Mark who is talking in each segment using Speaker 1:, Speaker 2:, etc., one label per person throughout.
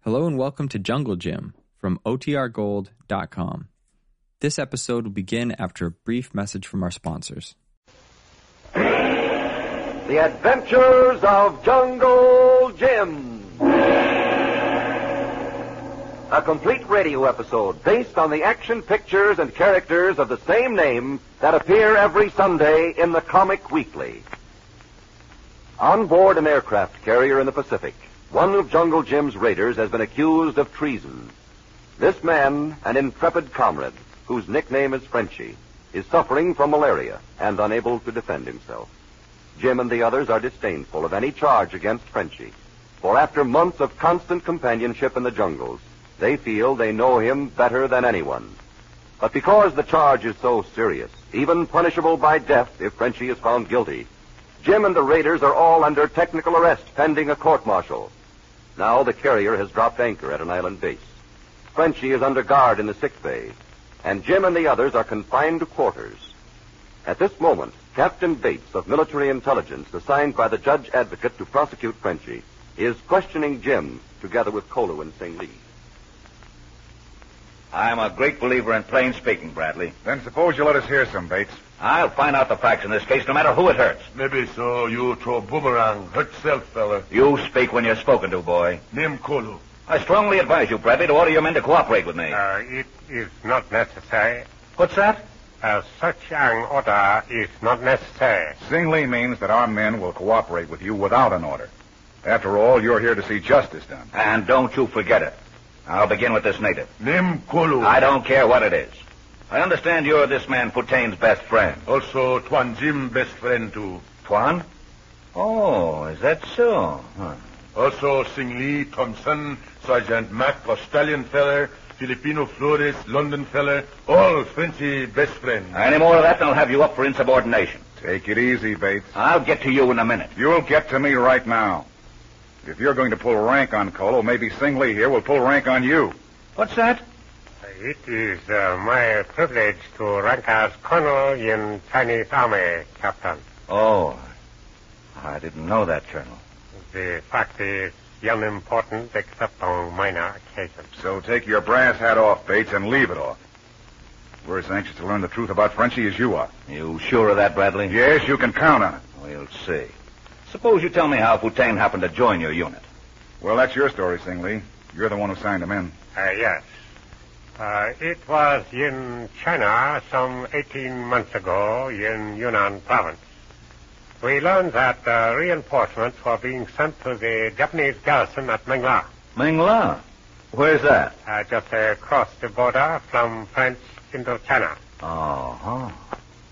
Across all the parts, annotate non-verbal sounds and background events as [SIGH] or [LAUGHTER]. Speaker 1: Hello and welcome to Jungle Gym from OTRGold.com. This episode will begin after a brief message from our sponsors.
Speaker 2: The Adventures of Jungle Jim. A complete radio episode based on the action pictures and characters of the same name that appear every Sunday in the Comic Weekly. On board an aircraft carrier in the Pacific, one of Jungle Jim's raiders has been accused of treason. This man, an intrepid comrade whose nickname is Frenchie, is suffering from malaria and unable to defend himself. Jim and the others are disdainful of any charge against Frenchie, for after months of constant companionship in the jungles, they feel they know him better than anyone. But because the charge is so serious, even punishable by death if Frenchie is found guilty, Jim and the raiders are all under technical arrest pending a court martial. Now the carrier has dropped anchor at an island base. Frenchie is under guard in the sick bay, and Jim and the others are confined to quarters. At this moment, Captain Bates of military intelligence, assigned by the judge advocate to prosecute Frenchie, is questioning Jim together with Kolu and Sing Lee.
Speaker 3: I'm a great believer in plain speaking, Bradley.
Speaker 4: Then suppose you let us hear some, Bates.
Speaker 3: I'll find out the facts in this case, no matter who it hurts.
Speaker 5: Maybe so. You throw boomerang. Hurt self, fella.
Speaker 3: You speak when you're spoken to, boy.
Speaker 5: Name Kolo.
Speaker 3: I strongly advise you, Bradley, to order your men to cooperate with me.
Speaker 6: Uh, it is not necessary.
Speaker 3: What's that?
Speaker 6: Uh, such an order is not necessary.
Speaker 4: Zing Lee means that our men will cooperate with you without an order. After all, you're here to see justice done.
Speaker 3: And don't you forget it. I'll begin with this native.
Speaker 5: Name Kolo.
Speaker 3: I don't care what it is. I understand you're this man Putain's best friend.
Speaker 5: Also, Tuan Jim, best friend, too.
Speaker 3: Tuan? Oh, is that so? Huh.
Speaker 5: Also, Sing Lee, Thompson, Sergeant Mack, Australian feller, Filipino Flores, London feller, all Frenchy best friend.
Speaker 3: Any more of that, and I'll have you up for insubordination.
Speaker 4: Take it easy, Bates.
Speaker 3: I'll get to you in a minute.
Speaker 4: You'll get to me right now. If you're going to pull rank on Colo, maybe Sing Lee here will pull rank on you.
Speaker 3: What's that?
Speaker 6: It is uh, my privilege to rank as colonel in Chinese army, Captain.
Speaker 3: Oh, I didn't know that, Colonel.
Speaker 6: The fact is unimportant except on minor occasions.
Speaker 4: So take your brass hat off, Bates, and leave it off. We're as anxious to learn the truth about Frenchie as you are.
Speaker 3: You sure of that, Bradley?
Speaker 4: Yes, you can count on it.
Speaker 3: We'll see. Suppose you tell me how Putain happened to join your unit.
Speaker 4: Well, that's your story, Sing Lee. You're the one who signed him in.
Speaker 6: Uh, yes. Uh, it was in China some 18 months ago in Yunnan province. We learned that uh, reinforcements were being sent to the Japanese garrison at Mengla,
Speaker 3: Ming La. Where's that?
Speaker 6: uh, just across the border from French Indochina.
Speaker 3: Uh-huh.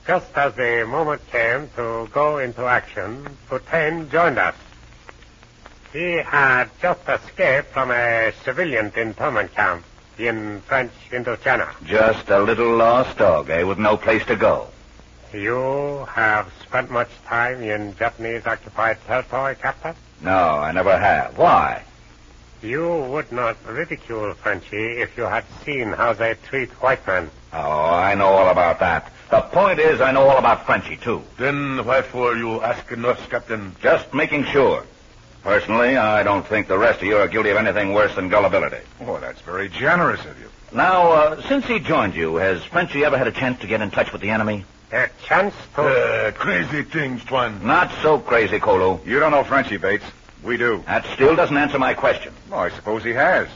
Speaker 6: Just as the moment came to go into action, Putain joined us. He had just escaped from a civilian internment camp in French Indochina.
Speaker 3: Just a little lost dog, eh, with no place to go.
Speaker 6: You have spent much time in Japanese occupied territory, Captain?
Speaker 3: No, I never have. Why?
Speaker 6: You would not ridicule Frenchy if you had seen how they treat white men.
Speaker 3: Oh, I know all about that. The point is, I know all about Frenchie, too.
Speaker 5: Then wherefore you asking us, Captain?
Speaker 3: Just making sure. Personally, I don't think the rest of you are guilty of anything worse than gullibility.
Speaker 4: Oh, that's very generous of you.
Speaker 3: Now, uh, since he joined you, has Frenchie ever had a chance to get in touch with the enemy?
Speaker 6: A chance to...
Speaker 5: Uh, crazy things, Tuan.
Speaker 3: Not so crazy, Kolo.
Speaker 4: You don't know Frenchie, Bates. We do.
Speaker 3: That still doesn't answer my question.
Speaker 4: Well, I suppose he has.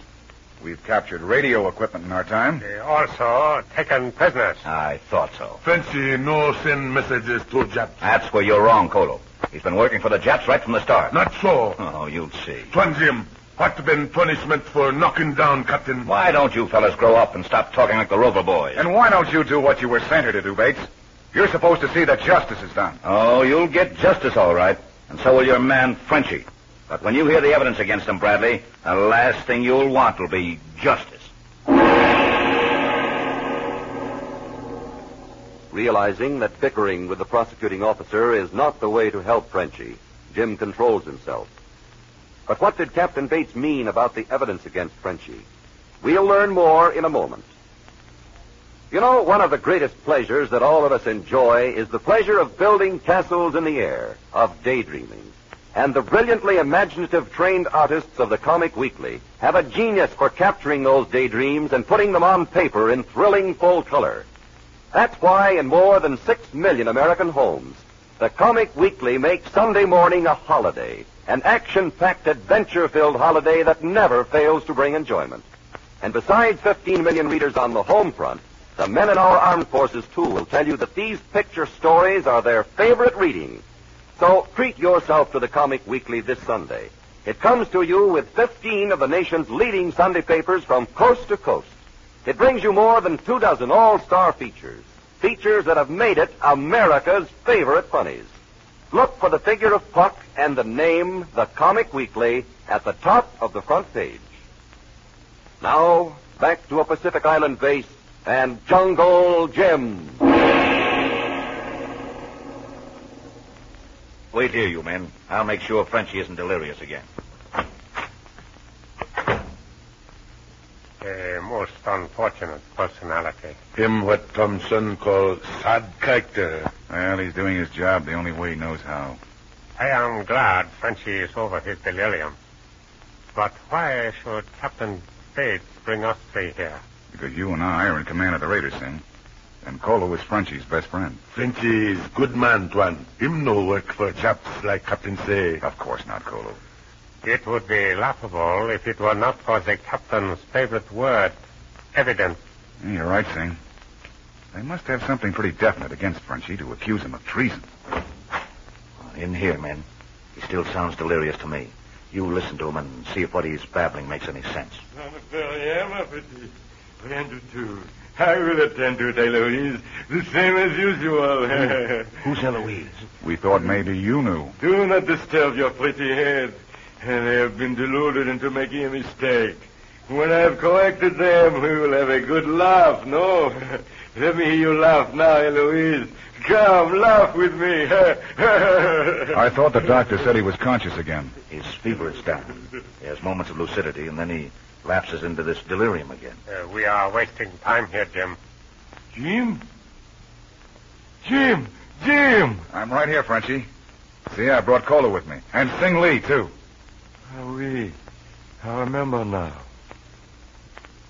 Speaker 4: We've captured radio equipment in our time.
Speaker 6: They also taken prisoners.
Speaker 3: I thought so.
Speaker 5: Fancy no send messages to Japs.
Speaker 3: That's where you're wrong, Kolo. He's been working for the Japs right from the start.
Speaker 5: Not so.
Speaker 3: Oh, you'll see.
Speaker 5: Tuan Jim, what been punishment for knocking down Captain?
Speaker 3: Why don't you fellas grow up and stop talking like the Rover boys?
Speaker 4: And why don't you do what you were sent here to do, Bates? You're supposed to see that justice is done.
Speaker 3: Oh, you'll get justice all right, and so will your man Frenchie. But when you hear the evidence against him, Bradley, the last thing you'll want will be justice.
Speaker 2: Realizing that bickering with the prosecuting officer is not the way to help Frenchie, Jim controls himself. But what did Captain Bates mean about the evidence against Frenchie? We'll learn more in a moment. You know, one of the greatest pleasures that all of us enjoy is the pleasure of building castles in the air, of daydreaming. and the brilliantly imaginative trained artists of the Comic Weekly have a genius for capturing those daydreams and putting them on paper in thrilling full color. That's why in more than six million American homes, the Comic Weekly makes Sunday morning a holiday, an action-packed, adventure-filled holiday that never fails to bring enjoyment. And besides 15 million readers on the home front, the men in our armed forces, too, will tell you that these picture stories are their favorite reading. So treat yourself to the Comic Weekly this Sunday. It comes to you with 15 of the nation's leading Sunday papers from coast to coast. It brings you more than two dozen all-star features, features that have made it America's favorite funnies. Look for the figure of Puck and the name, the Comic Weekly, at the top of the front page. Now, back to a Pacific Island base and Jungle Jim.
Speaker 3: Wait here, you men. I'll make sure Frenchy isn't delirious again.
Speaker 6: A most unfortunate personality.
Speaker 5: Him what Thompson call sad character.
Speaker 4: Well, he's doing his job the only way he knows how.
Speaker 6: I am glad Frenchy is over his delirium. But why should Captain Bates bring us three here?
Speaker 4: Because you and I are in command of the raiders, Sing. And Colo is Frenchie's best friend.
Speaker 5: Frenchy is good man, Tuan. Him no work for chaps like Captain say.
Speaker 4: Of course not, Colo.
Speaker 6: It would be laughable if it were not for the captain's favorite word, evidence.
Speaker 4: Yeah, you're right, Sing. They must have something pretty definite against Frenchie to accuse him of treason.
Speaker 3: In here, men. He still sounds delirious to me. You listen to him and see if what he's babbling makes any sense.
Speaker 5: I will attend to Eloise, the same as usual. [LAUGHS]
Speaker 3: Who's Eloise?
Speaker 4: We thought maybe you knew.
Speaker 5: Do not disturb your pretty head. They have been deluded into making a mistake. When I have corrected them, we will have a good laugh, no? [LAUGHS] Let me hear you laugh now, Eloise. Come, laugh with me. [LAUGHS]
Speaker 4: I thought the doctor said he was conscious again.
Speaker 3: His fever is down. He has moments of lucidity, and then he lapses into this delirium again.
Speaker 6: Uh, we are wasting time here, Jim.
Speaker 5: Jim? Jim! Jim!
Speaker 4: I'm right here, Frenchie. See, I brought Colo with me. And Sing Lee, too.
Speaker 5: Ah, oui. I remember now.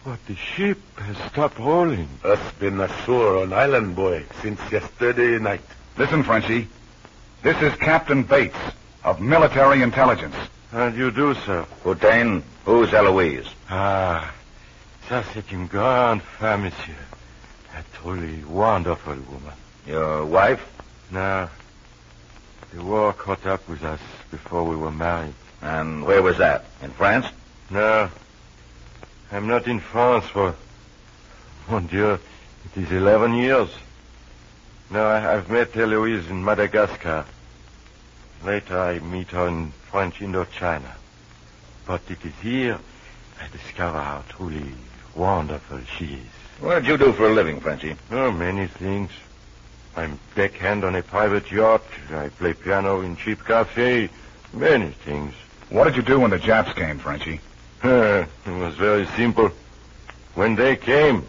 Speaker 5: But the ship has stopped rolling. Us been ashore on Island Boy since yesterday night.
Speaker 4: Listen, Frenchie. This is Captain Bates of military intelligence.
Speaker 5: And you do, sir.
Speaker 3: Houdain, who's Eloise?
Speaker 5: Ah, ça c'est une grande femme, monsieur. A truly wonderful woman.
Speaker 3: Your wife?
Speaker 5: Now, the war caught up with us before we were married.
Speaker 3: And where was that? In France?
Speaker 5: No, I'm not in France for. Mon Dieu, it is 11 years. No, I, I've met Eloise in Madagascar. Later, I meet her in French Indochina. But it is here I discover how truly wonderful she is.
Speaker 3: What did you do for a living, Frenchy?
Speaker 5: Oh, many things. I'm deckhand on a private yacht. I play piano in cheap cafe. Many things.
Speaker 4: What did you do when the Japs came, Frenchie?
Speaker 5: [LAUGHS] it was very simple. When they came,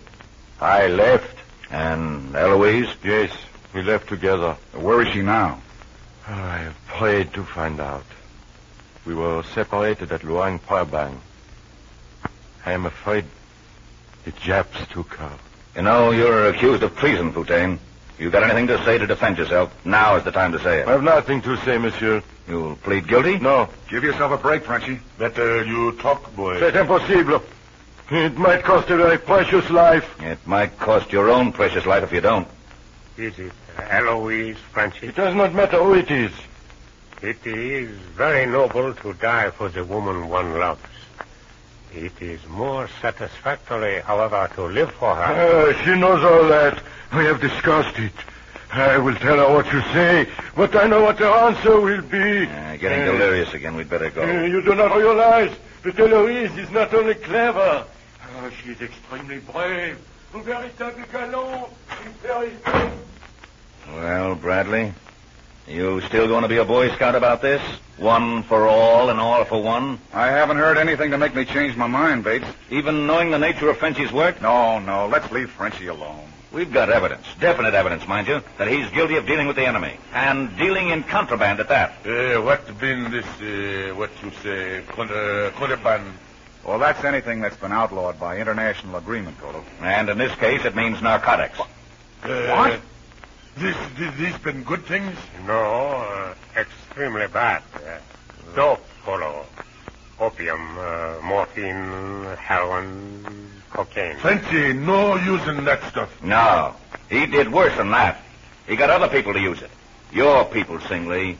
Speaker 5: I left.
Speaker 3: And Eloise?
Speaker 5: Yes, we left together.
Speaker 4: Where is she now?
Speaker 5: Oh, I have prayed to find out. We were separated at Luang Prabang. I am afraid the Japs took her.
Speaker 3: You know, you're accused of treason, Houdain. You got anything to say to defend yourself? Now is the time to say
Speaker 5: I
Speaker 3: it.
Speaker 5: have nothing to say, monsieur.
Speaker 3: You'll plead guilty?
Speaker 5: No.
Speaker 4: Give yourself a break, Frenchie.
Speaker 5: Better you talk, boy. C'est impossible. It might cost a very precious life.
Speaker 3: It might cost your own precious life if you don't.
Speaker 6: Is it uh, Eloise Frenchy?
Speaker 5: It does not matter who it is.
Speaker 6: It is very noble to die for the woman one loves. It is more satisfactory, however, to live for her.
Speaker 5: Uh, she knows all that. We have discussed it. I will tell her what you say, but I know what the answer will be.
Speaker 3: Uh, getting
Speaker 5: Uh,
Speaker 3: delirious again. We'd better go.
Speaker 5: uh, you do not realize that Eloise is not only clever, uh, she is extremely brave. A veritable gallant, a very
Speaker 3: Well, Bradley, you still going to be a Boy Scout about this? One for all and all for one?
Speaker 4: I haven't heard anything to make me change my mind, Bates.
Speaker 3: Even knowing the nature of Frenchy's work?
Speaker 4: No, no, let's leave Frenchie alone.
Speaker 3: We've got evidence, definite evidence, mind you, that he's guilty of dealing with the enemy. And dealing in contraband at that.
Speaker 5: Uh, what been this, uh, what you say, con- uh, contraband?
Speaker 4: Well, that's anything that's been outlawed by international agreement, Colo.
Speaker 3: And in this case, it means narcotics.
Speaker 5: Uh,
Speaker 3: What?
Speaker 5: This, this, this been good things?
Speaker 6: No, uh, extremely bad. Uh, dope, Polo. Opium, uh, morphine, heroin, cocaine.
Speaker 5: Fancy no using that stuff.
Speaker 3: No. He did worse than that. He got other people to use it. Your people, Singley.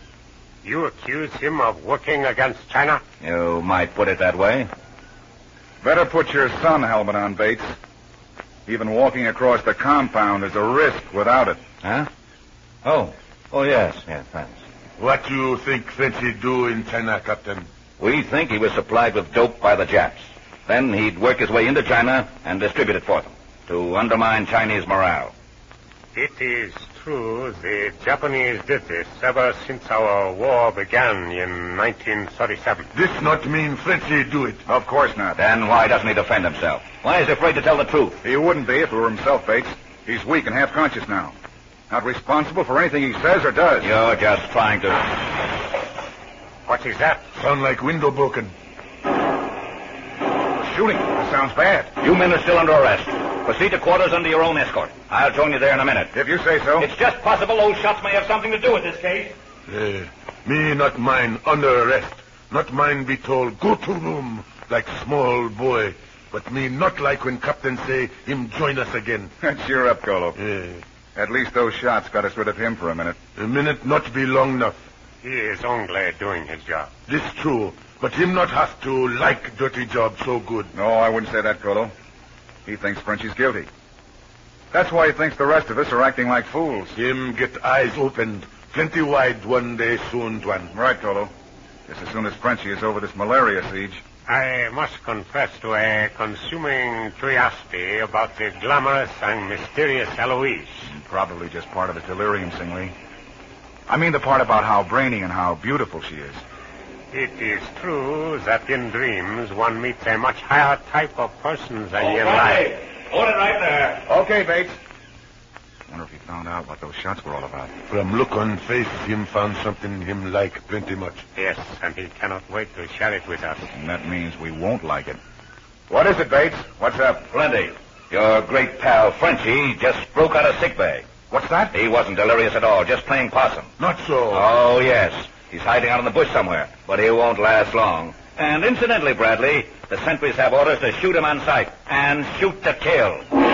Speaker 6: You accuse him of working against China?
Speaker 3: You might put it that way.
Speaker 4: Better put your sun helmet on, Bates. Even walking across the compound is a risk without it.
Speaker 3: Huh? Oh. Oh, yes. Yes, thanks.
Speaker 5: What you think Fancy do in China, Captain?
Speaker 3: We think he was supplied with dope by the Japs. Then he'd work his way into China and distribute it for them to undermine Chinese morale.
Speaker 6: It is true the Japanese did this ever since our war began in 1937.
Speaker 5: This not mean Fancy do it.
Speaker 4: Of course not.
Speaker 3: Then why doesn't he defend himself? Why is he afraid to tell the truth?
Speaker 4: He wouldn't be if it were himself, Bates. He's weak and half conscious now. Not responsible for anything he says or does.
Speaker 3: You're just trying to.
Speaker 6: What is that?
Speaker 5: Sound like window broken.
Speaker 4: Shooting. That sounds bad.
Speaker 3: You men are still under arrest. Proceed to quarters under your own escort. I'll join you there in a minute.
Speaker 4: If you say so. [LAUGHS]
Speaker 3: It's just possible those shots may have something to do with this case.
Speaker 5: Uh, me not mine under arrest. Not mine be told go to room like small boy. But me not like when Captain say him join us again.
Speaker 4: Cheer up, Colo.
Speaker 5: Uh,
Speaker 4: At least those shots got us rid of him for a minute.
Speaker 5: a minute not be long enough.
Speaker 6: He is only doing his job.
Speaker 5: This true. But him not have to like dirty job so good.
Speaker 4: No, I wouldn't say that, Colo. He thinks Frenchie's guilty. That's why he thinks the rest of us are acting like fools.
Speaker 5: Him get eyes opened plenty wide one day soon, Tuan.
Speaker 4: Right, Colo. Just as soon as Frenchie is over this malaria siege.
Speaker 6: I must confess to a consuming curiosity about the glamorous and mysterious Eloise.
Speaker 4: Probably just part of his delirium, Singley. I mean the part about how brainy and how beautiful she is.
Speaker 6: It is true that in dreams one meets a much higher type of person than in life.
Speaker 3: Hold it Oh, right there.
Speaker 4: Okay, Bates. Wonder if he found out what those shots were all about.
Speaker 5: From look on face, him found something him like plenty much.
Speaker 6: Yes, and he cannot wait to share it with us.
Speaker 4: And that means we won't like it. What is it, Bates? What's up?
Speaker 3: Plenty. Your great pal Frenchie just broke out of sick bay.
Speaker 4: What's that?
Speaker 3: He wasn't delirious at all, just playing possum.
Speaker 5: Not so.
Speaker 3: Oh, yes. He's hiding out in the bush somewhere, but he won't last long. And incidentally, Bradley, the sentries have orders to shoot him on sight and shoot to kill.